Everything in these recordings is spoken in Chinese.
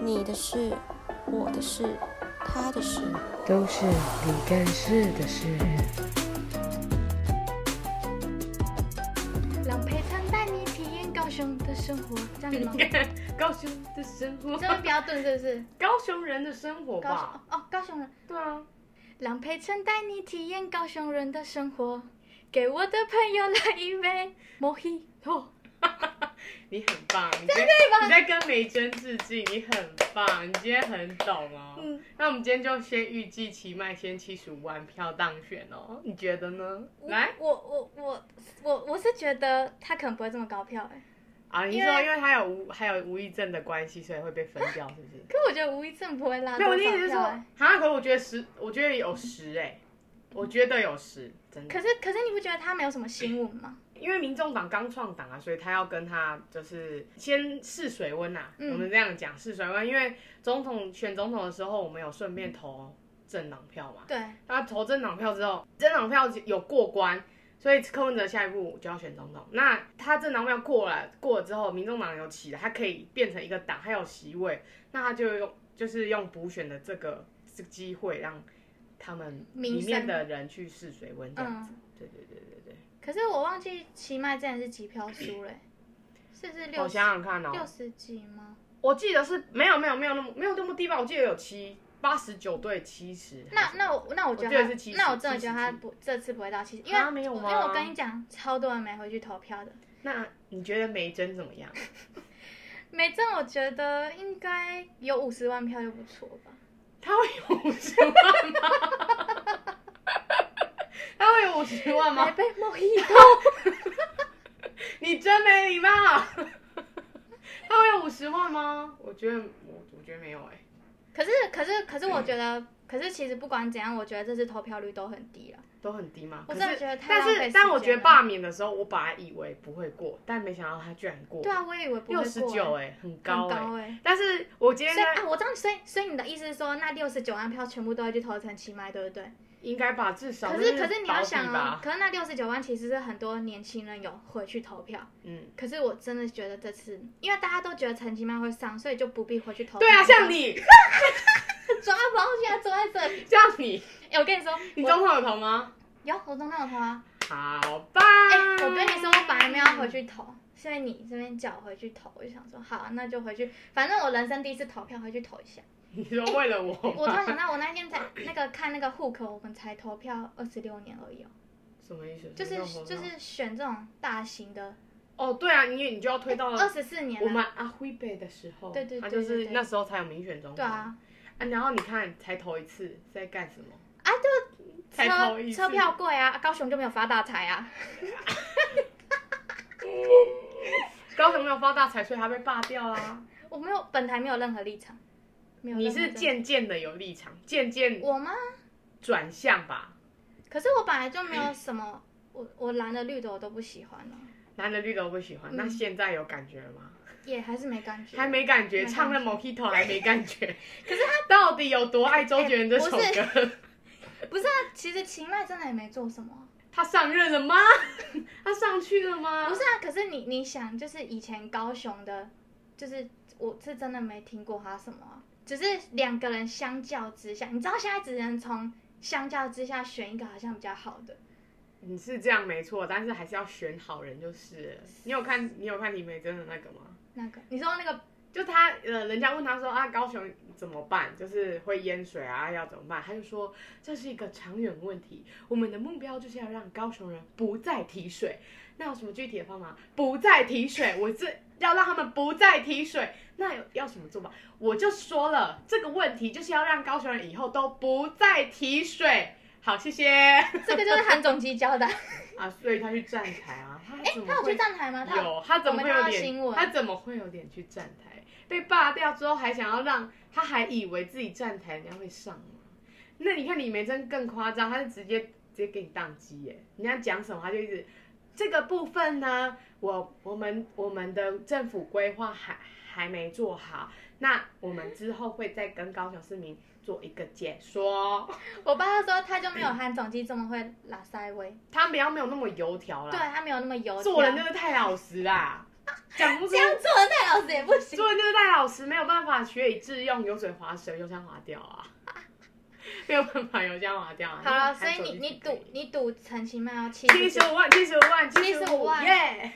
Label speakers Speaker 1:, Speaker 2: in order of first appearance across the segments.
Speaker 1: 你的事、我的事、他的事。
Speaker 2: 都是你干事的事。
Speaker 3: 让陪唱带你体验高雄的生活，这样吗？
Speaker 4: 高雄的生活，
Speaker 3: 这边比较钝是不是？
Speaker 4: 高雄人的生活
Speaker 3: 高雄
Speaker 4: 吧？
Speaker 3: 哦，高雄人。
Speaker 4: 对啊，
Speaker 3: 让陪衬带你体验高雄人的生活，给我的朋友来一杯莫吉托。
Speaker 4: 你很棒，你真的
Speaker 3: 吧
Speaker 4: 你在跟美珍致敬，你很棒，你今天很懂哦。
Speaker 3: 嗯，
Speaker 4: 那我们今天就先预计期卖先七十五万票当选哦，你觉得呢？来
Speaker 3: 我我我我我是觉得他可能不会这么高票哎、
Speaker 4: 啊，你
Speaker 3: 因为
Speaker 4: 说因为他有无还有无意症的关系，所以会被分掉，是不是？
Speaker 3: 可我觉得吴一正不会拉
Speaker 4: 没
Speaker 3: 多
Speaker 4: 有，我的意思是
Speaker 3: 少票
Speaker 4: 说，
Speaker 3: 哎、
Speaker 4: 啊，可我觉得十，我觉得有十哎、我觉得有十，真的
Speaker 3: 可。是可是你不觉得他没有什么新闻吗？
Speaker 4: 因为民众党刚创党啊，所以他要跟他就是先试水温呐、
Speaker 3: 嗯
Speaker 4: 我们这样讲试水温，因为总统选总统的时候，我们有顺便投政党票嘛。
Speaker 3: 对，
Speaker 4: 他投政党票之后，政党票有过关，所以柯文哲下一步就要选总统。那他政党票过了，过了之后，民众党有起来，他可以变成一个党，还有席位，那他就用就是用补选的这个这个机会，让他们
Speaker 3: 民
Speaker 4: 里
Speaker 3: 生
Speaker 4: 面的人去试水温这样子。
Speaker 3: 嗯。
Speaker 4: 对对对对对。
Speaker 3: 可是我忘记奇麦之前是几票输嘞、是不是
Speaker 4: 我
Speaker 3: 六十
Speaker 4: 想想看哦，
Speaker 3: 六十几吗？
Speaker 4: 我记得是没有没有没有那么没有那么低吧，我记得有七八十九对七十。
Speaker 3: 那那我那我觉
Speaker 4: 我
Speaker 3: 得
Speaker 4: 记得是
Speaker 3: 他
Speaker 4: 七，十
Speaker 3: 那我真的觉得他
Speaker 4: 77
Speaker 3: 不这次不会到七十，因
Speaker 4: 啊
Speaker 3: 为
Speaker 4: 没有
Speaker 3: 因
Speaker 4: 吗
Speaker 3: 为我跟你讲，超多人没回去投票的。
Speaker 4: 那你觉得梅珍怎么样？
Speaker 3: 美正我觉得应该有五十万票就不错吧。
Speaker 4: 他会有五十万吗？ 他会有五十万
Speaker 3: 来
Speaker 4: 吗？
Speaker 3: 杯莫吉 托，
Speaker 4: 你真没礼貌。他会有五十万吗？我觉得我我觉得没有哎、
Speaker 3: 可是可是可是我觉得，可是其实不管怎样，我觉得这次投票率都很低了。
Speaker 4: 都很低吗？
Speaker 3: 我
Speaker 4: 可
Speaker 3: 真的
Speaker 4: 是
Speaker 3: 觉得太
Speaker 4: 但
Speaker 3: 浪费
Speaker 4: 是
Speaker 3: 时
Speaker 4: 但我
Speaker 3: 间
Speaker 4: 觉得
Speaker 3: 了
Speaker 4: 罢免的时候，我本来以为不会过，但没想到他居然过。
Speaker 3: 对啊，我也以为不会过、
Speaker 4: 六十九哎，很高
Speaker 3: 很
Speaker 4: 哎、
Speaker 3: 高哎、
Speaker 4: 但是我今天
Speaker 3: 所以
Speaker 4: 在
Speaker 3: 啊，我知道，所以所以你的意思是说，那六十九万票全部都会去投陈其迈，对不对？
Speaker 4: 应该吧，至少
Speaker 3: 可
Speaker 4: 那
Speaker 3: 是可是你要
Speaker 4: 保底
Speaker 3: 想哦
Speaker 4: 吧，
Speaker 3: 可是那六十九万其实是很多年轻人有回去投票，
Speaker 4: 嗯，
Speaker 3: 可是我真的觉得这次，因为大家都觉得陈其迈会上，所以就不必回去投票。
Speaker 4: 对啊，像你，
Speaker 3: 抓不到，现在坐在这里。
Speaker 4: 像你，
Speaker 3: 哎、我跟你说，
Speaker 4: 你
Speaker 3: 我
Speaker 4: 中考有投吗？
Speaker 3: 有我中那有投啊。
Speaker 4: 好吧。
Speaker 3: 哎、我跟你说，我本来没有要回去投，是因为你这边叫我回去投，我就想说好，啊那就回去，反正我人生第一次投票，回去投一 下。
Speaker 4: 你说为了我
Speaker 3: 我突
Speaker 4: 吗
Speaker 3: 然想到，我那天在那个看那个户口，我们才投票二十六年而已哦，
Speaker 4: 什么意思？
Speaker 3: 就是
Speaker 4: 什么时候
Speaker 3: 就是选这种大型的哎
Speaker 4: 哦，对啊，你你就要推到
Speaker 3: 二十四年啊
Speaker 4: 我
Speaker 3: 了、
Speaker 4: 们阿辉北的时候，
Speaker 3: 对对对
Speaker 4: 他就
Speaker 3: 对
Speaker 4: 是
Speaker 3: 对
Speaker 4: 那时候才有民选中。
Speaker 3: 对，啊，
Speaker 4: 啊，然后你看才投一次是在干什么？
Speaker 3: 啊
Speaker 4: 就才投
Speaker 3: 车
Speaker 4: 一次
Speaker 3: 车票贵啊，高雄就没有发大财啊，
Speaker 4: 高雄没有发大财，所以他被罢掉啦。
Speaker 3: 我没有本台没有任何立场，没 有任
Speaker 4: 你
Speaker 3: 何
Speaker 4: 是
Speaker 3: 政
Speaker 4: 渐渐的有立场，渐渐
Speaker 3: 我吗？
Speaker 4: 转向吧。
Speaker 3: 可是我本来就没有 什么，我我蓝的绿的我都不喜欢啊呢、
Speaker 4: 蓝的绿的我不喜欢，
Speaker 3: 嗯
Speaker 4: 那现在有感觉了吗？
Speaker 3: 也还是没感觉。
Speaker 4: 还没感觉，
Speaker 3: 没
Speaker 4: 唱那
Speaker 3: 感
Speaker 4: Mojito 还没感觉。 可是他到底有多爱周杰伦这首
Speaker 3: 哎
Speaker 4: 歌？
Speaker 3: 不是啊，其实秦麦真的也没做什么啊、
Speaker 4: 他上任了吗？ 他上去了吗？
Speaker 3: 不是啊，可是你你想，就是以前高雄的，就是我是真的没听过他什么啊、只是两个人相较之下，你知道现在只能从相较之下选一个好像比较好的。
Speaker 4: 你是这样没错，但是还是要选好人就是了。你有看你有看李梅珍的那个吗？
Speaker 3: 那个你说那个
Speaker 4: 就他呃，人家问他说啊，高雄怎么办？就是会淹水啊，要怎么办？他就说这是一个长远问题，我们的目标就是要让高雄人不再提水。那有什么具体的方法？不再提水，我这要让他们不再提水。那有要什么做法？我就说了，这个问题就是要让高雄人以后都不再提水。好，谢谢
Speaker 3: 这个就是韩总机教的啊，
Speaker 4: 啊，所以他去站台啊，他怎么
Speaker 3: 他有
Speaker 4: 会
Speaker 3: 去站台吗？他
Speaker 4: 有，他怎么会
Speaker 3: 我
Speaker 4: 有
Speaker 3: 们看到新
Speaker 4: 脸？
Speaker 3: 闻
Speaker 4: 他怎么会有脸去站台？被罢掉之后还想要让，他还以为自己站台人家会上吗？那你看李梅珍更夸张，他是直接直接给你宕机耶！人家讲什么他就一直这个部分呢，我我们我们的政府规划还还没做好，那我们之后会再跟高雄市民做一个解说。
Speaker 3: 我爸他说他就没有韩总机这么会拉塞威，
Speaker 4: 他比较没有那么油条啦，
Speaker 3: 对他没有那么油条。
Speaker 4: 做人就是太老实啦。讲不出
Speaker 3: 这。样做的戴老师也不行。
Speaker 4: 所以就是戴老师没有办法学以致用，油嘴滑舌，油腔滑调啊， 没有办法油腔滑调啊。
Speaker 3: 好了，
Speaker 4: 你
Speaker 3: 所
Speaker 4: 看
Speaker 3: 以你
Speaker 4: 手机
Speaker 3: 你
Speaker 4: 可以
Speaker 3: 赌你赌陈其迈要七
Speaker 4: 七
Speaker 3: 十
Speaker 4: 十，五万，七十五万，
Speaker 3: 75万
Speaker 4: 耶！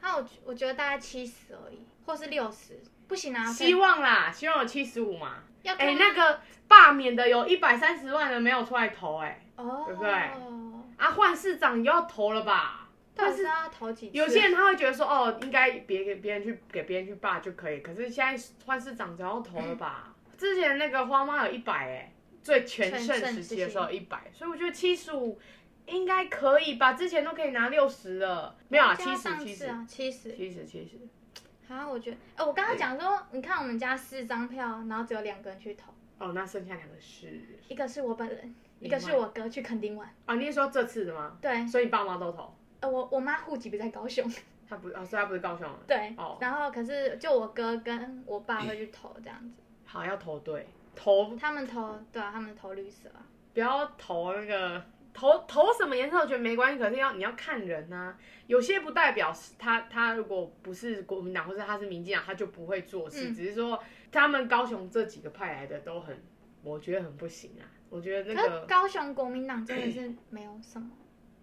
Speaker 3: 那我我觉得大概七十而已，或是六十，不行啊，
Speaker 4: 希望啦，希望有七十五嘛。
Speaker 3: 要
Speaker 4: 哎、
Speaker 3: 看
Speaker 4: 那个罢免的有一百三十万人没有出来投、哎，
Speaker 3: 哦，
Speaker 4: 对不对啊，换市长也要投了吧？
Speaker 3: 到底是要投几次？
Speaker 4: 有些人他会觉得说，哦，应该别给别人去给别人去罢就可以，可是现在换市长只要投了吧？之前那个花妈有一百，哎，最全盛时期的时候一百，所以我觉得七十五应该可以吧？之前都可以拿六十了，没有啊，
Speaker 3: 就要
Speaker 4: 七十
Speaker 3: 上
Speaker 4: 七
Speaker 3: 次
Speaker 4: 十
Speaker 3: 啊，七十。
Speaker 4: 七十七十，
Speaker 3: 啊，我觉得，哎、我刚刚讲说，你看我们家四张票，然后只有两个人去投，
Speaker 4: 哦，那剩下两个是
Speaker 3: 一个是我本人，一
Speaker 4: 另
Speaker 3: 个是
Speaker 4: 外
Speaker 3: 我哥去垦丁玩。
Speaker 4: 啊，你是说这次的吗？
Speaker 3: 对，
Speaker 4: 所以你爸妈都投，
Speaker 3: 呃，我我妈户籍不在高雄，
Speaker 4: 他不哦，所以他不是高雄人。
Speaker 3: 对，
Speaker 4: 哦
Speaker 3: 然后可是就我哥跟我爸会去投这样子，
Speaker 4: 好，要投对，投
Speaker 3: 他们投，对啊，他们投绿色啊，
Speaker 4: 不要投那个投投什么颜色，我觉得没关系，可是要你要看人呐、有些不代表是他他如果不是国民党或者他是民进党，他就不会做事，
Speaker 3: 嗯
Speaker 4: 只是说他们高雄这几个派来的都很，我觉得很不行啊，我觉得那
Speaker 3: 可是
Speaker 4: 个
Speaker 3: 高雄国民党真的是没有什么，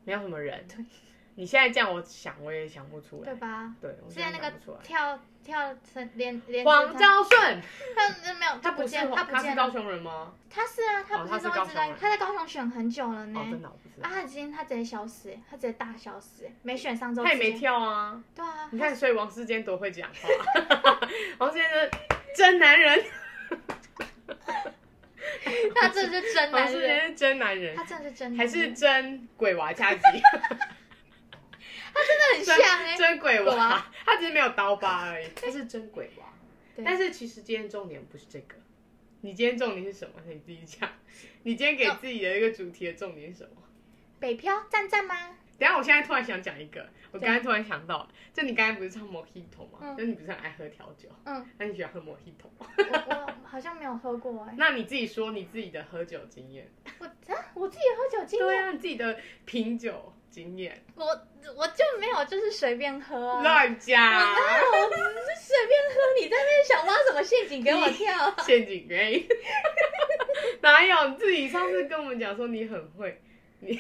Speaker 4: 没有什么人
Speaker 3: 对。
Speaker 4: 你现在这样，我想我也想不出来
Speaker 3: 对。吧？
Speaker 4: 对，我
Speaker 3: 之
Speaker 4: 真
Speaker 3: 前
Speaker 4: 的
Speaker 3: 那
Speaker 4: 想
Speaker 3: 个
Speaker 4: 不出来。
Speaker 3: 跳跳成连连
Speaker 4: 黄昭顺，
Speaker 3: 他他没有，
Speaker 4: 他
Speaker 3: 不
Speaker 4: 不是
Speaker 3: 见了，他不
Speaker 4: 他
Speaker 3: 见
Speaker 4: 是高
Speaker 3: 了，
Speaker 4: 雄人吗？
Speaker 3: 他是啊，他
Speaker 4: 哦
Speaker 3: 不
Speaker 4: 他
Speaker 3: 是
Speaker 4: 是
Speaker 3: 都
Speaker 4: 高
Speaker 3: 一直
Speaker 4: 雄
Speaker 3: 在
Speaker 4: 人，
Speaker 3: 他在高雄选很久了呢。
Speaker 4: 哦，真的我不知道
Speaker 3: 啊，。他已经他直接消失，他直接大消失，没选上之后
Speaker 4: 他也没
Speaker 3: 直接。
Speaker 4: 跳啊。
Speaker 3: 对啊，
Speaker 4: 你 看，所以王世坚多会讲话， 王世坚是真男人，
Speaker 3: 他真的是 真
Speaker 4: 王
Speaker 3: 男
Speaker 4: 世
Speaker 3: 人，
Speaker 4: 坚哦是真男人
Speaker 3: 他，真的是真男
Speaker 4: 还
Speaker 3: 人，
Speaker 4: 是真鬼娃恰吉，
Speaker 3: 真
Speaker 4: 真
Speaker 3: 的很 像 哎、
Speaker 4: 真鬼
Speaker 3: 鬼
Speaker 4: 娃
Speaker 3: 娃，
Speaker 4: 他只是没有刀疤而已，他是真鬼 娃。
Speaker 3: 对
Speaker 4: 但是其实今天重点不是这个，你今天重点是什么？你自己讲，你今天给自己的一个主题的重点是什么？
Speaker 3: 北漂赞赞吗？
Speaker 4: 等一下，我现在突然想讲一个，我
Speaker 3: 对
Speaker 4: 刚才突然想到，就你刚才不是唱 Mojito 吗？
Speaker 3: 嗯
Speaker 4: 就你不是很爱喝调酒？
Speaker 3: 嗯，
Speaker 4: 那你喜欢喝 Mojito 吗？
Speaker 3: 我我好像没有喝过哎、
Speaker 4: 那你自己说你自己的喝酒经验。
Speaker 3: 我啊我自己喝酒经
Speaker 4: 对
Speaker 3: 验，
Speaker 4: 啊，你自己的品酒经验。
Speaker 3: 我我就没有就是随便喝啊，
Speaker 4: 乱
Speaker 3: 我
Speaker 4: 加
Speaker 3: 哪有我只是随便喝？你在那边想挖什么陷阱给我跳 啊？
Speaker 4: 陷阱哎，哪有？你自己上次跟我们讲说你很会，你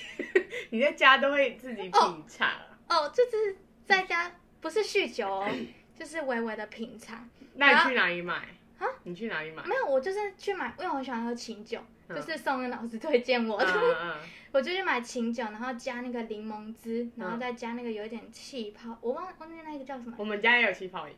Speaker 4: 你在家都会自己品茶。
Speaker 3: 哦，就是在家不是酗酒哦， 就是微微的品尝。
Speaker 4: 那你去哪里买？啊？你去哪里买？
Speaker 3: 没有，我就是去买，因为我很喜欢喝清酒，
Speaker 4: 嗯
Speaker 3: 就是宋恩老师推荐我
Speaker 4: 嗯
Speaker 3: 的，
Speaker 4: 嗯嗯
Speaker 3: 我就去买清酒，然后加那个柠檬汁，然后再加那个有一点气泡，我忘忘记那个叫什么，
Speaker 4: 我们家也有气泡饮，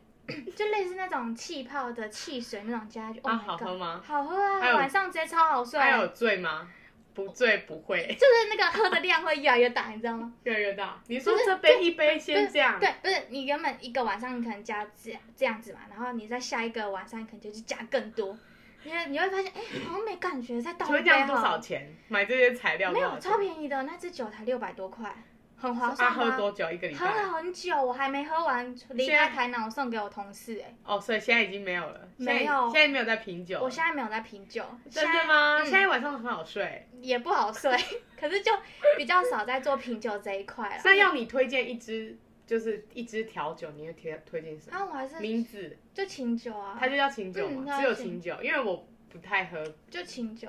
Speaker 3: 就类似那种气泡的汽水那种加下去。
Speaker 4: 啊
Speaker 3: oh my
Speaker 4: 好喝吗
Speaker 3: God，好啊喝啊
Speaker 4: 还有，
Speaker 3: 晚上直接超好睡，
Speaker 4: 还有醉吗？不醉不会，
Speaker 3: 就是那个喝的量会越来越大，你知道吗？
Speaker 4: 越来越大。你说
Speaker 3: 就是
Speaker 4: 这杯一杯先
Speaker 3: 对
Speaker 4: 这样，
Speaker 3: 对，不是你原本一个晚上你可能加这样这样子嘛，然后你在下一个晚上你可能就去加更多，因为你会发现哎、好像没感觉，再倒
Speaker 4: 请问
Speaker 3: 一
Speaker 4: 这
Speaker 3: 杯
Speaker 4: 样多
Speaker 3: 好
Speaker 4: 少
Speaker 3: 了
Speaker 4: 钱？买这些材料
Speaker 3: 没
Speaker 4: 多
Speaker 3: 有
Speaker 4: 少
Speaker 3: 超
Speaker 4: 钱？
Speaker 3: 便宜的，那支酒才六百多块，很划
Speaker 4: 啊，
Speaker 3: 算
Speaker 4: 喝
Speaker 3: 啊。
Speaker 4: 多久？一个礼
Speaker 3: 喝
Speaker 4: 拜
Speaker 3: 了？很久，我还没喝完，离
Speaker 4: 现在
Speaker 3: 开台南我送给我同事、欸，
Speaker 4: 哦，所以现在已经没有了，现在
Speaker 3: 没有
Speaker 4: 现在没有在品酒了。
Speaker 3: 我现在没有在品酒，
Speaker 4: 真
Speaker 3: 现
Speaker 4: 的
Speaker 3: 在
Speaker 4: 吗？
Speaker 3: 嗯
Speaker 4: 现在晚上很好睡。
Speaker 3: 也不好睡，可是就比较少在做品酒这一块了。
Speaker 4: 那要你推荐一支，就是一支调酒，你会推推荐什
Speaker 3: 然
Speaker 4: 么？
Speaker 3: 后我还是
Speaker 4: 名字
Speaker 3: 就清酒啊
Speaker 4: 它，就叫清酒
Speaker 3: 嗯
Speaker 4: 嘛，
Speaker 3: 它
Speaker 4: 只有
Speaker 3: 叫
Speaker 4: 清酒，因为我不太喝，
Speaker 3: 就清酒，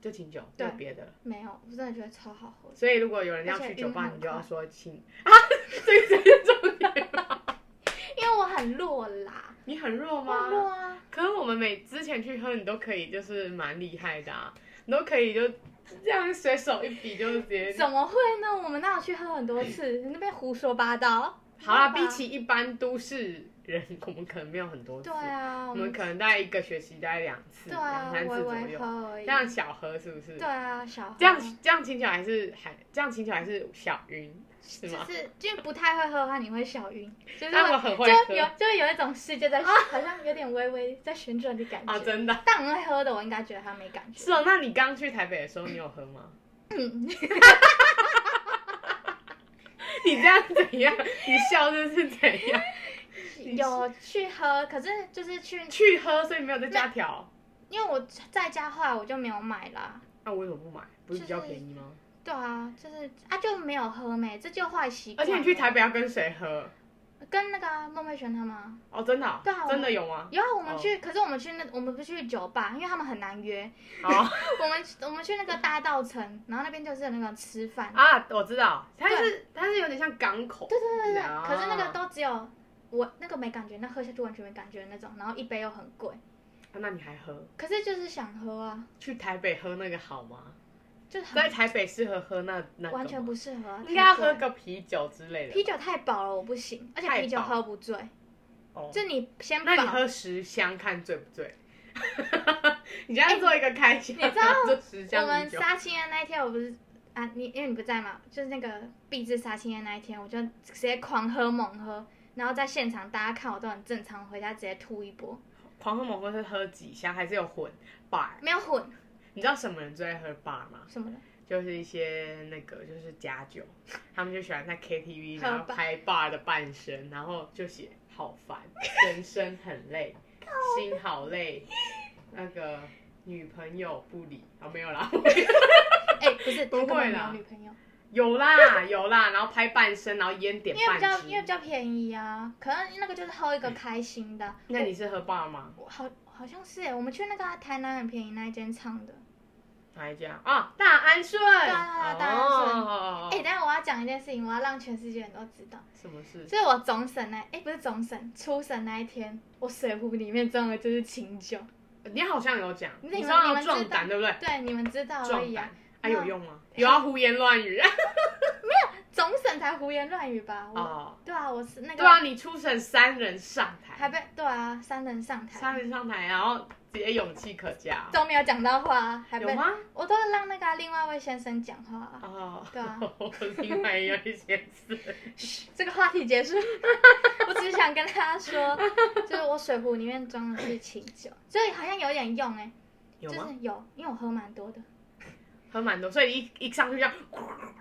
Speaker 4: 就清酒，没
Speaker 3: 对
Speaker 4: 有别的。
Speaker 3: 没有，我真的觉得超好喝。
Speaker 4: 所以如果有人要
Speaker 3: 而且
Speaker 4: 去酒吧
Speaker 3: 晕，很
Speaker 4: 你就要
Speaker 3: 快
Speaker 4: 说清啊，这个才是重点。
Speaker 3: 因为我很弱啦，
Speaker 4: 你很弱
Speaker 3: 我弱
Speaker 4: 吗？
Speaker 3: 啊，
Speaker 4: 可是我们每之前去喝，你都可以，就是蛮厉害的啊，你都可以就这样随手一比就直 接。
Speaker 3: 怎么会呢？我们那有去喝很多 次，你那边胡说八道。
Speaker 4: 好啦，
Speaker 3: 吧
Speaker 4: 比起一般都市人，我们可能没有很多次。
Speaker 3: 对啊，
Speaker 4: 我
Speaker 3: 我
Speaker 4: 们
Speaker 3: 们
Speaker 4: 可能大概一个学期大概两次、
Speaker 3: 对
Speaker 4: 两、
Speaker 3: 啊，
Speaker 4: 三次
Speaker 3: 微
Speaker 4: 左
Speaker 3: 微
Speaker 4: 右，
Speaker 3: 喝而已
Speaker 4: 这。样小喝是不是？
Speaker 3: 对，啊，小喝
Speaker 4: 这样这样听起来还是还这样听起来还是小晕是
Speaker 3: 就
Speaker 4: 吗？
Speaker 3: 是因为不太会喝的话，你会小晕，就是
Speaker 4: 但我很会喝
Speaker 3: 就有就有一种世界 在、好像有点微微在旋转的感觉。
Speaker 4: 啊，真的
Speaker 3: 但我会喝的，我应该觉得它没感 觉。
Speaker 4: 是哦。那你刚去台北的时候，你有喝吗？
Speaker 3: 嗯
Speaker 4: 你这样怎样？你笑这是怎 样？你
Speaker 3: 有去喝，可是就是去，
Speaker 4: 去喝，所以没有在家调。
Speaker 3: 因为我在家后来我就没有买啦。
Speaker 4: 那、我为什么不买？不是比较
Speaker 3: 就是
Speaker 4: 便宜吗？
Speaker 3: 对啊，就是啊就没有喝没，这就坏习惯。
Speaker 4: 而且你去台，北要跟谁喝？
Speaker 3: 跟那个啊孟佩璇他们啊，
Speaker 4: 哦，真的哦、
Speaker 3: 对啊我
Speaker 4: 真的有吗？
Speaker 3: 有啊，我们去，可是我们去那，我们不去酒吧，因为他们很难约。
Speaker 4: 哦
Speaker 3: 我们我们去那个大道城，然后那边就是有那个吃饭。
Speaker 4: 啊，我知道，它是它是有点像港口，
Speaker 3: 对对对对
Speaker 4: 啊
Speaker 3: 对，可是那个都只有我那个没感觉，那喝下去完全没感觉的那种，然后一杯又很贵，
Speaker 4: 啊那你还喝？
Speaker 3: 可是就是想喝啊，
Speaker 4: 去台北喝那个好吗？
Speaker 3: 就是
Speaker 4: 在
Speaker 3: 很
Speaker 4: 台北适合喝那那个吗
Speaker 3: 完全不适合、啊。
Speaker 4: 应该要
Speaker 3: 太贵
Speaker 4: 喝个啤酒之类的。
Speaker 3: 啤酒太饱了，我不行，而且
Speaker 4: 太
Speaker 3: 啤酒
Speaker 4: 饱
Speaker 3: 喝不醉，
Speaker 4: 哦
Speaker 3: 就你先饱
Speaker 4: 那。你喝十箱看醉不 醉？你这样做一个开箱，
Speaker 3: 欸你知道
Speaker 4: 这十
Speaker 3: 我
Speaker 4: 箱
Speaker 3: 们
Speaker 4: 啤酒
Speaker 3: 杀青的那一天，我不是啊，你因为你不在嘛，就是那个毕志杀青的那一天，我就直接狂喝猛喝，然后在现场大家看我都很正常，回家直接吐一波，
Speaker 4: 狂喝猛喝是喝几箱，还是有混 bar？
Speaker 3: 没有混
Speaker 4: 你知道什么人最爱喝 bar 吗？
Speaker 3: 什 么的。
Speaker 4: 就是一些那个就是假酒，他们就喜欢在 KTV
Speaker 3: 喝
Speaker 4: 然后
Speaker 3: bar
Speaker 4: 拍 bar 的半身，然后就写好 烦，人生很累，心好累，那个女朋友不理，啊、没有啦，
Speaker 3: 哎、不是，
Speaker 4: 不
Speaker 3: 他根本
Speaker 4: 会
Speaker 3: 没
Speaker 4: 啦
Speaker 3: 有女朋友，
Speaker 4: 有啦有啦，然后拍半身，然后烟点
Speaker 3: 因为比较
Speaker 4: 半
Speaker 3: 因为比
Speaker 4: 支。
Speaker 3: 较便宜啊，可能那个就是喝一个开心的。
Speaker 4: 那你是喝 bar 吗？
Speaker 3: 我好好像是哎，我们去那个啊台南很便宜那一间唱的。
Speaker 4: 哪一家啊？大安顺。
Speaker 3: 啊大安顺
Speaker 4: 哦哦哦哦
Speaker 3: 哎、等一下我要讲一件事情，我要让全世界人都知道。
Speaker 4: 什么事？
Speaker 3: 就是我总审那，哎、不是总审，初审那一天，我水壶里面装的就是清酒。
Speaker 4: 你好像有讲，
Speaker 3: 你
Speaker 4: 你
Speaker 3: 们
Speaker 4: 说
Speaker 3: 你
Speaker 4: 要
Speaker 3: 们
Speaker 4: 壮
Speaker 3: 知道
Speaker 4: 胆，对不对？
Speaker 3: 对，你们知道而
Speaker 4: 壮
Speaker 3: 已啊
Speaker 4: 胆。，还
Speaker 3: 那
Speaker 4: 有用吗？有要胡言乱语啊？
Speaker 3: 总审才胡言乱语吧？我，
Speaker 4: 哦，
Speaker 3: 对啊，我是那个，
Speaker 4: 对啊，你初审三人上
Speaker 3: 还
Speaker 4: 台，
Speaker 3: 被对啊，三人上
Speaker 4: 三
Speaker 3: 台，
Speaker 4: 人上台，然后直接勇气可嘉，
Speaker 3: 都没有讲到话啊，还
Speaker 4: 有
Speaker 3: 被
Speaker 4: 吗？
Speaker 3: 我都让那个啊另外一位先生讲话 啊。
Speaker 4: 哦，
Speaker 3: 对啊，
Speaker 4: 另外有一些事，
Speaker 3: 嘘这个话题结束， 我只是想跟大家说， 就是我水壶里面装的是清酒，所以好像有点用哎、
Speaker 4: 有
Speaker 3: 就
Speaker 4: 吗？
Speaker 3: 是有，因为我喝蛮多的。
Speaker 4: 喝蛮多，所以你一一上去就这样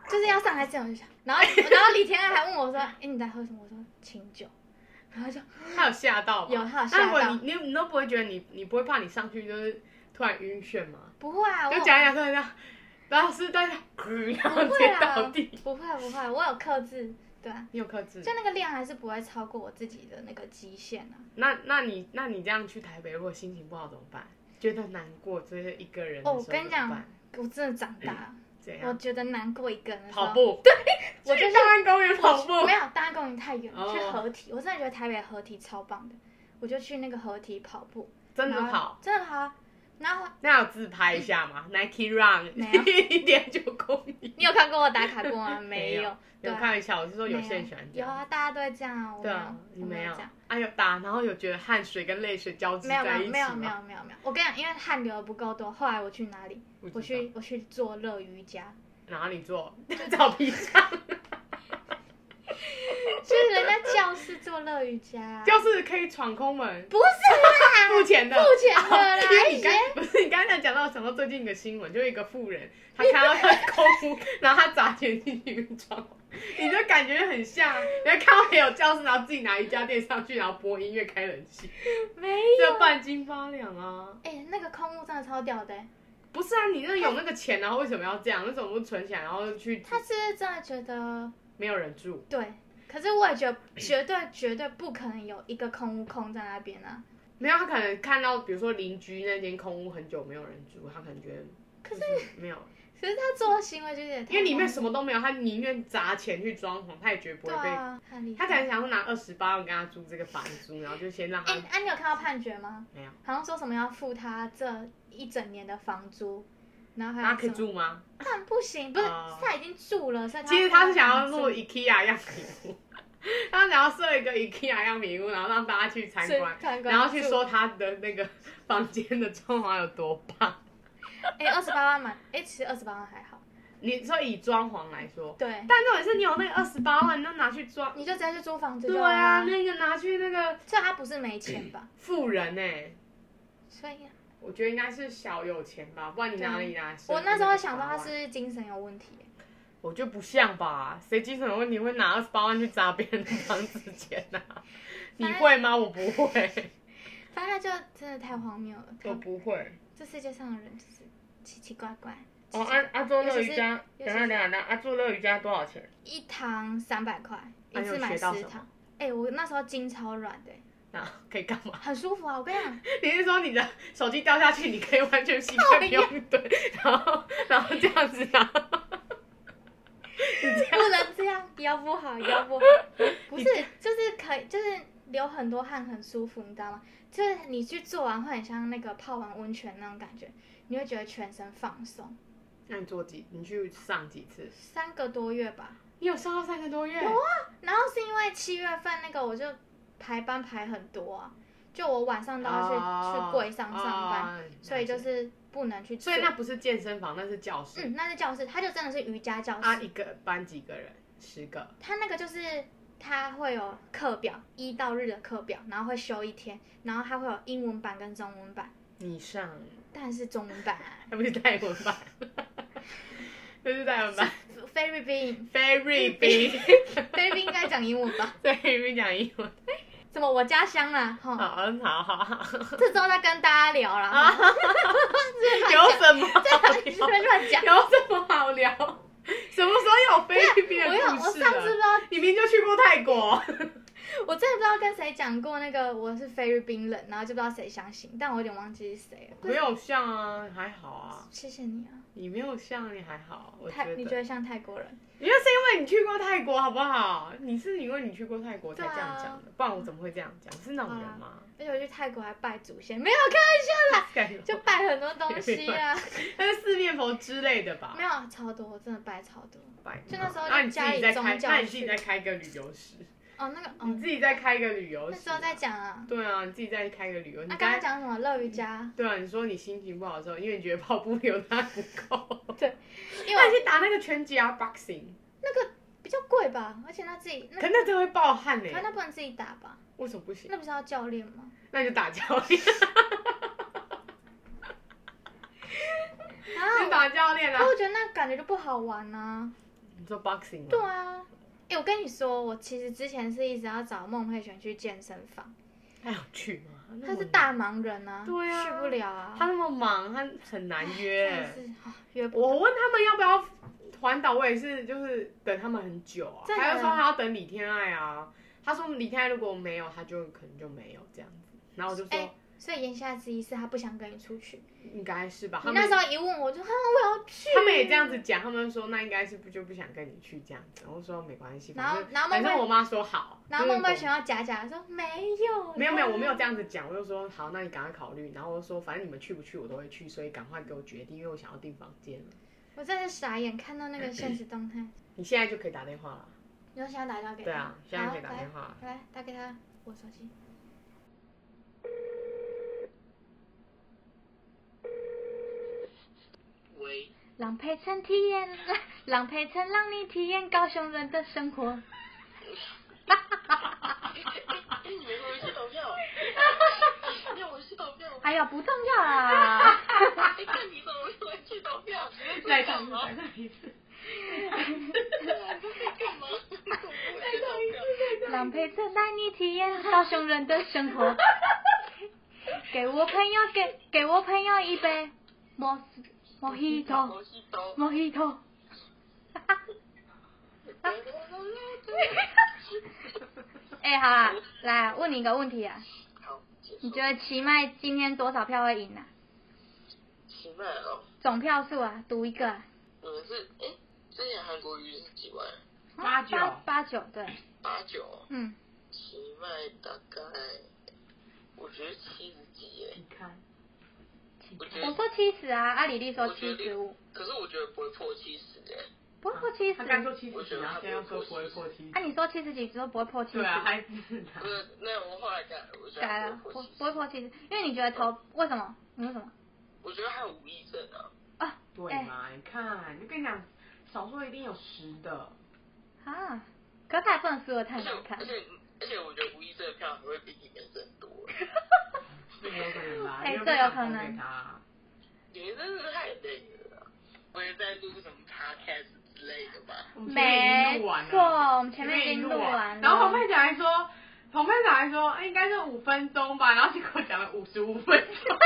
Speaker 3: 就是要上来之前我就想，然后然后李天爱还问我说：“哎、你在喝什么？”我说：“清酒。”然后就
Speaker 4: 他有吓到吗？
Speaker 3: 有他有吓
Speaker 4: 那如果
Speaker 3: 到
Speaker 4: 你你你都不会觉得你你不会怕你上去就是突然晕眩吗？
Speaker 3: 不会啊，我
Speaker 4: 就讲一讲，突然这样，老师大家，然后
Speaker 3: 不
Speaker 4: 直
Speaker 3: 会啊
Speaker 4: 接
Speaker 3: 啦
Speaker 4: 倒地。
Speaker 3: 不会啊不会，我有克制，对啊，
Speaker 4: 你有克制
Speaker 3: 就？那个量还是不会超过我自己的那个极限啊。
Speaker 4: 那那你那你这样去台北，如果心情不好怎么办？觉得难过，就是一个人的
Speaker 3: 哦，
Speaker 4: 时候
Speaker 3: 我
Speaker 4: 怎
Speaker 3: 跟
Speaker 4: 么
Speaker 3: 你讲
Speaker 4: 办？，
Speaker 3: 我真的长大了，
Speaker 4: 怎
Speaker 3: 我
Speaker 4: 样？
Speaker 3: 觉得难过一个人的时候
Speaker 4: 嗯啊跑，步，对，
Speaker 3: 我就
Speaker 4: 去
Speaker 3: 是
Speaker 4: 大安公园跑步。
Speaker 3: 没有，大家公园太远
Speaker 4: 哦
Speaker 3: 了，去合体，我真的觉得台北合体超棒的，我就去那个合体跑步，
Speaker 4: 真的
Speaker 3: 然后
Speaker 4: 跑，，
Speaker 3: 真的跑啊。然后
Speaker 4: 那有自拍一下 吗？Nike Run
Speaker 3: 没有
Speaker 4: 一点九公里，
Speaker 3: 你有看过我打卡过 吗？没
Speaker 4: 有
Speaker 3: 有，对
Speaker 4: 有
Speaker 3: 啊
Speaker 4: 看一下，我是说
Speaker 3: 没
Speaker 4: 有些人喜欢这
Speaker 3: 有
Speaker 4: 样，
Speaker 3: 啊，大家都会这样啊，我没
Speaker 4: 对
Speaker 3: 有，
Speaker 4: 啊，你
Speaker 3: 我
Speaker 4: 没有
Speaker 3: 这样。
Speaker 4: 啊有打，然后有觉得汗水跟泪水交织
Speaker 3: 没有
Speaker 4: 在
Speaker 3: 没
Speaker 4: 一
Speaker 3: 有
Speaker 4: 起
Speaker 3: 没有没
Speaker 4: 吗？
Speaker 3: 有没有没有，我跟你讲，因为汗流不够多。后来我去哪里？
Speaker 4: 不知道
Speaker 3: 我，去我去做热瑜伽，
Speaker 4: 然后你 做照片上，
Speaker 3: 去人家教室做热瑜伽啊，
Speaker 4: 就是可以闯空门，
Speaker 3: 不是啊啦，
Speaker 4: 付钱的，
Speaker 3: 付钱的啦
Speaker 4: 哦因为你
Speaker 3: 一些
Speaker 4: 刚不是你刚才讲到想到最近一个新闻，就一个富人，他看到他的空屋，然后他砸钱进去装，你就感觉很像，你会看到有教室，然后自己拿瑜伽垫上去，然后播音乐开冷气，
Speaker 3: 没
Speaker 4: 这
Speaker 3: 有。
Speaker 4: 半斤八两啊！
Speaker 3: 哎，那个空屋真的超屌的欸，
Speaker 4: 不是啊，你那有那个钱，然后为什么要这样？那怎么不存起来，然后去
Speaker 3: 他是不是真的觉得
Speaker 4: 没有人住？
Speaker 3: 对？可是我也觉得绝对绝对不可能有一个空屋空在那边啊。
Speaker 4: 没有，他可能看到比如说邻居那间空屋很久没有人住，他可能觉得可是没有。
Speaker 3: 可是他做的行为就是有点太
Speaker 4: 因为里面
Speaker 3: 荒
Speaker 4: 什么都没有，他宁愿砸钱去装潢，他也绝对不
Speaker 3: 谬
Speaker 4: 会被。
Speaker 3: 对啊，很厉害
Speaker 4: 他可能想要拿二十八万跟他租这个房租，然后就先让他
Speaker 3: 哎，啊，你有看到判决吗？
Speaker 4: 没有，
Speaker 3: 好像说什么要付他这一整年的房租，然后还有
Speaker 4: 那可以
Speaker 3: 什么
Speaker 4: 住吗？
Speaker 3: 但不行，不是、
Speaker 4: 哦
Speaker 3: 他已经住了，所以他
Speaker 4: 其实他是想要
Speaker 3: 住
Speaker 4: 做 IKEA 样品屋，他想要设一个 IKEA 样品屋，然后让大家去参观，
Speaker 3: 参观
Speaker 4: 然后去
Speaker 3: 住
Speaker 4: 说他的那个房间的装潢有多棒。
Speaker 3: 哎，二十八万嘛，哎、其实二十八万还好，
Speaker 4: 你说以装潢来说，
Speaker 3: 对，
Speaker 4: 但重点是你有那个二十八万，那拿去装，
Speaker 3: 你就直接去租房子就
Speaker 4: 对
Speaker 3: 好
Speaker 4: 啊，
Speaker 3: 啦
Speaker 4: 那个拿去那个
Speaker 3: 所以他不是没钱吧？
Speaker 4: 富人呢、
Speaker 3: 所以
Speaker 4: 我觉得应该是小有钱吧，不然啊你哪里拿？
Speaker 3: 我那时候想到他
Speaker 4: 是。
Speaker 3: 是精神有问题、哎
Speaker 4: 我觉得不像吧，谁精神有问题会拿二十八万去砸别人的房子钱呐、 你会吗？我不会，
Speaker 3: 反正他就真的太荒谬了。他
Speaker 4: 我不会。
Speaker 3: 这世界上的人就是奇奇怪怪，
Speaker 4: 哦，阿阿做
Speaker 3: 尤
Speaker 4: 乐
Speaker 3: 其是
Speaker 4: 瑜伽，
Speaker 3: 尤
Speaker 4: 等一
Speaker 3: 其
Speaker 4: 下等
Speaker 3: 是
Speaker 4: 一下等一下，阿做乐瑜伽多少钱？
Speaker 3: 一堂三百块，一
Speaker 4: 啊那你有
Speaker 3: 次买
Speaker 4: 学到
Speaker 3: 十
Speaker 4: 什么
Speaker 3: 堂。哎、哎、我那时候筋超软的、
Speaker 4: 那可以干嘛？
Speaker 3: 很舒服啊！我跟你讲，
Speaker 4: 你是说你的手机掉下去，你可以完全 膝
Speaker 3: 哦
Speaker 4: 盖不用蹲，然后然后这样子啊？
Speaker 3: 不能这样，腰不好，腰不好。不是，就是可以，就是流很多汗，很舒服，你知道吗？就是你去做完会很像那个泡完温泉那种感觉，你会觉得全身放松。
Speaker 4: 那你做几？你去上几次？
Speaker 3: 三个多月吧，
Speaker 4: 你有上到三个多月？有啊，
Speaker 3: 然后是因为七月份那个我就排班排很多啊，就我晚上都要去、去柜上上班，
Speaker 4: 哦
Speaker 3: 所以就，是不能去做。
Speaker 4: 所以那不是健身房，那是教室。
Speaker 3: 嗯，那是教室，它就真的是瑜伽教室。
Speaker 4: 啊，一个班几个人？十个。
Speaker 3: 他那个就是他会有课表，一到日的课表，然后会休一天，然后他会有英文版跟中文版，
Speaker 4: 你上，
Speaker 3: 但是中文版啊、
Speaker 4: 还不是带文班？这是带文班。
Speaker 3: 菲律宾，
Speaker 4: 菲律宾，
Speaker 3: 菲律宾应该讲英文吧？
Speaker 4: 菲律宾讲英文。
Speaker 3: 怎么我家 乡啦？哈，
Speaker 4: 好，好好好，
Speaker 3: 这周再跟大家聊啦。哈
Speaker 4: 啊有什么好
Speaker 3: 这
Speaker 4: 聊？
Speaker 3: 边乱讲。
Speaker 4: 有什么好聊？什么时候有菲律宾的
Speaker 3: 我有，我
Speaker 4: 故
Speaker 3: 上
Speaker 4: 事啊
Speaker 3: 次不
Speaker 4: 了
Speaker 3: 知？道，
Speaker 4: 你明明就去过泰 国，
Speaker 3: 我真的不知道跟谁讲过那个我是菲律宾人，然后就不知道谁相信，但我有点忘记是谁了。
Speaker 4: 没有像啊，还好啊，
Speaker 3: 谢谢你啊，
Speaker 4: 你没有像，你还好，我觉
Speaker 3: 泰，
Speaker 4: 得。
Speaker 3: 你觉得像泰国人？
Speaker 4: 你就是因为你去过泰国，好不好？你是因为你去过泰国才这样讲
Speaker 3: 啊
Speaker 4: 的，不然我怎么会这样讲？是那种人吗？
Speaker 3: 而且我去泰国还拜祖先，没有开玩笑，
Speaker 4: 感觉
Speaker 3: 啊就拜很多东西 啊。
Speaker 4: 那是四面佛之类的吧
Speaker 3: 没？有超多，我真的拜超多。
Speaker 4: 拜
Speaker 3: 就那时候
Speaker 4: 那你自
Speaker 3: 家里
Speaker 4: 己再开
Speaker 3: 宗，教
Speaker 4: 那你自己
Speaker 3: 去
Speaker 4: 再开一个旅游史，
Speaker 3: 哦，那个
Speaker 4: 你
Speaker 3: 哦，
Speaker 4: 自己再开一个旅游
Speaker 3: 那
Speaker 4: 史。
Speaker 3: 时候在。讲啊。
Speaker 4: 对啊，你自己再开一个旅游。你
Speaker 3: 那刚刚讲什么乐瑜伽？
Speaker 4: 对啊，你说你心情不好的时候，因为你觉得跑步 流汗不够，
Speaker 3: 因
Speaker 4: 那
Speaker 3: 为
Speaker 4: 你去打那个拳击啊 boxing，
Speaker 3: 比较贵吧，而且那自己那
Speaker 4: 可那真的会暴汗呢、
Speaker 3: 可那不能自己打吧？
Speaker 4: 为什么不行？
Speaker 3: 那不是要教练吗？
Speaker 4: 那你就打教练，
Speaker 3: 啊，
Speaker 4: 你打教练啊
Speaker 3: 可。我觉得那感觉就不好玩啊。
Speaker 4: 你说 boxing 吗？
Speaker 3: 对啊，哎，我跟你说，我其实之前是一直要找孟佩璇去健身房，
Speaker 4: 他有去吗？那
Speaker 3: 他
Speaker 4: 么
Speaker 3: 是大忙人啊，
Speaker 4: 嗯对啊
Speaker 3: 去不了啊。
Speaker 4: 他那么忙，他很难
Speaker 3: 真
Speaker 4: 约
Speaker 3: 的。是啊约不
Speaker 4: 我
Speaker 3: 到。
Speaker 4: 问他们要不要环岛，我也是就是等他们很久啊。
Speaker 3: 真的
Speaker 4: 他就说他要等李天爱啊，他说李天爱如果没有，他就可能就没有这样子。然后我就说、
Speaker 3: 哎所以言下之意是他不想跟你出去。
Speaker 4: 应该是吧，他
Speaker 3: 你
Speaker 4: 们
Speaker 3: 那时候一问我就，哈，啊我要去。
Speaker 4: 他们也这样子讲，他们说那应该是不就不想跟你去这样子。我说没关系，
Speaker 3: 然后
Speaker 4: 反正
Speaker 3: 然后
Speaker 4: 反正
Speaker 3: 孟
Speaker 4: 我妈说好，
Speaker 3: 然后孟
Speaker 4: 就是
Speaker 3: 贝
Speaker 4: 我
Speaker 3: 璇要假假地说没有，
Speaker 4: 没有没有，我没有这样子讲，我就说好，那你赶快考虑。然后我就说反正你们去不去我都会去，所以赶快给我决定，因为我想要订房间了。
Speaker 3: 我真的傻眼，看到那个现 实动态，
Speaker 4: 你现在就可以打电话了。
Speaker 3: 你说想要打电话给他，
Speaker 4: 对啊，现在可以打
Speaker 3: 好
Speaker 4: 电话了。
Speaker 3: 来来打给他，我手机。
Speaker 5: 喂，
Speaker 3: 让陪衬体验， 让陪衬让你体验高雄人的生活。
Speaker 5: 你没有去投票，你有去投票吗？
Speaker 3: 哎呀，不重要啊 啦。
Speaker 5: 哎，看你怎么没有去投票，你在干嘛？
Speaker 4: 再唱一次，
Speaker 5: 你在干嘛？再唱一次，
Speaker 3: 让陪衬带你体验高雄人的生 活。给我朋友给给我朋友一杯莫斯莫希托
Speaker 5: 我去投。
Speaker 3: 莫希托。 哎、好啊，来啊问你一个问题啊，
Speaker 5: 好，结
Speaker 3: 你
Speaker 5: 束。
Speaker 3: 觉得奇迈今天多少票会赢啊？
Speaker 5: 奇迈哦，
Speaker 3: 总票数啊，读一个啊、
Speaker 5: 你们是哎，之前韩国瑜是几万？
Speaker 4: 八九
Speaker 3: 八八九对，
Speaker 5: 八九。
Speaker 3: 嗯，
Speaker 5: 奇迈大概，我觉得七十几耶。
Speaker 4: 你看，
Speaker 5: 我觉
Speaker 3: 我
Speaker 5: 得，
Speaker 3: 说七十啊，阿里丽说
Speaker 5: 我觉
Speaker 3: 七
Speaker 5: 得
Speaker 3: 十五，
Speaker 5: 可是我觉得不会破七十耶。
Speaker 3: 不会破七十。
Speaker 4: 他刚说
Speaker 3: 啊，
Speaker 4: 七十几，然后现在又说不会破七十。
Speaker 3: 你说七十几之后不会破七十
Speaker 4: 对？啊，还是他
Speaker 5: 那那我后来改了，我觉得
Speaker 3: 改
Speaker 5: 他
Speaker 3: 了，
Speaker 5: 不
Speaker 3: 不不会
Speaker 5: 会破七十。
Speaker 3: 破七十，因为你觉得
Speaker 4: 哦
Speaker 3: 投为什么？你为什么？
Speaker 5: 我觉得还有无意症啊。
Speaker 3: 啊，
Speaker 4: 对
Speaker 3: 哎
Speaker 4: 嘛？你看，就跟你讲，少说一定有十的。
Speaker 3: 啊，可是他也不能输的太
Speaker 5: 而且
Speaker 3: 难看
Speaker 5: 而。且而且我觉得无意这的票还会比里面更多。
Speaker 4: 这个有可能吧？
Speaker 3: 哎
Speaker 4: 你又
Speaker 3: 这
Speaker 4: 没
Speaker 3: 有
Speaker 4: 想投
Speaker 3: 可
Speaker 4: 给
Speaker 3: 能
Speaker 4: 他
Speaker 5: 你们真是太累了，啊我也在录什么 podcast 之类的吧。
Speaker 4: 我们前面已经录完了
Speaker 3: 没错我们前面已经录完了
Speaker 4: 然后彭佩姐还说，彭佩姐还说，哎应该是五分钟吧，然后结果讲了五十五分钟。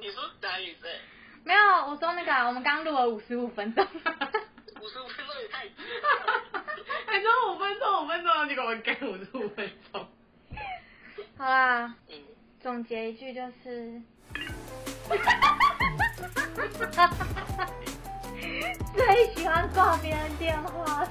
Speaker 5: 你说哪里 累？
Speaker 3: 没有，我说那个啊、我们刚录了五十五分钟。
Speaker 5: 五十五分钟也太多了。
Speaker 4: 还说五分钟，五分钟，后结果我干五十五分钟。
Speaker 6: 好啦，
Speaker 5: 嗯，
Speaker 6: 总结一句 就是，最喜欢挂别人电话。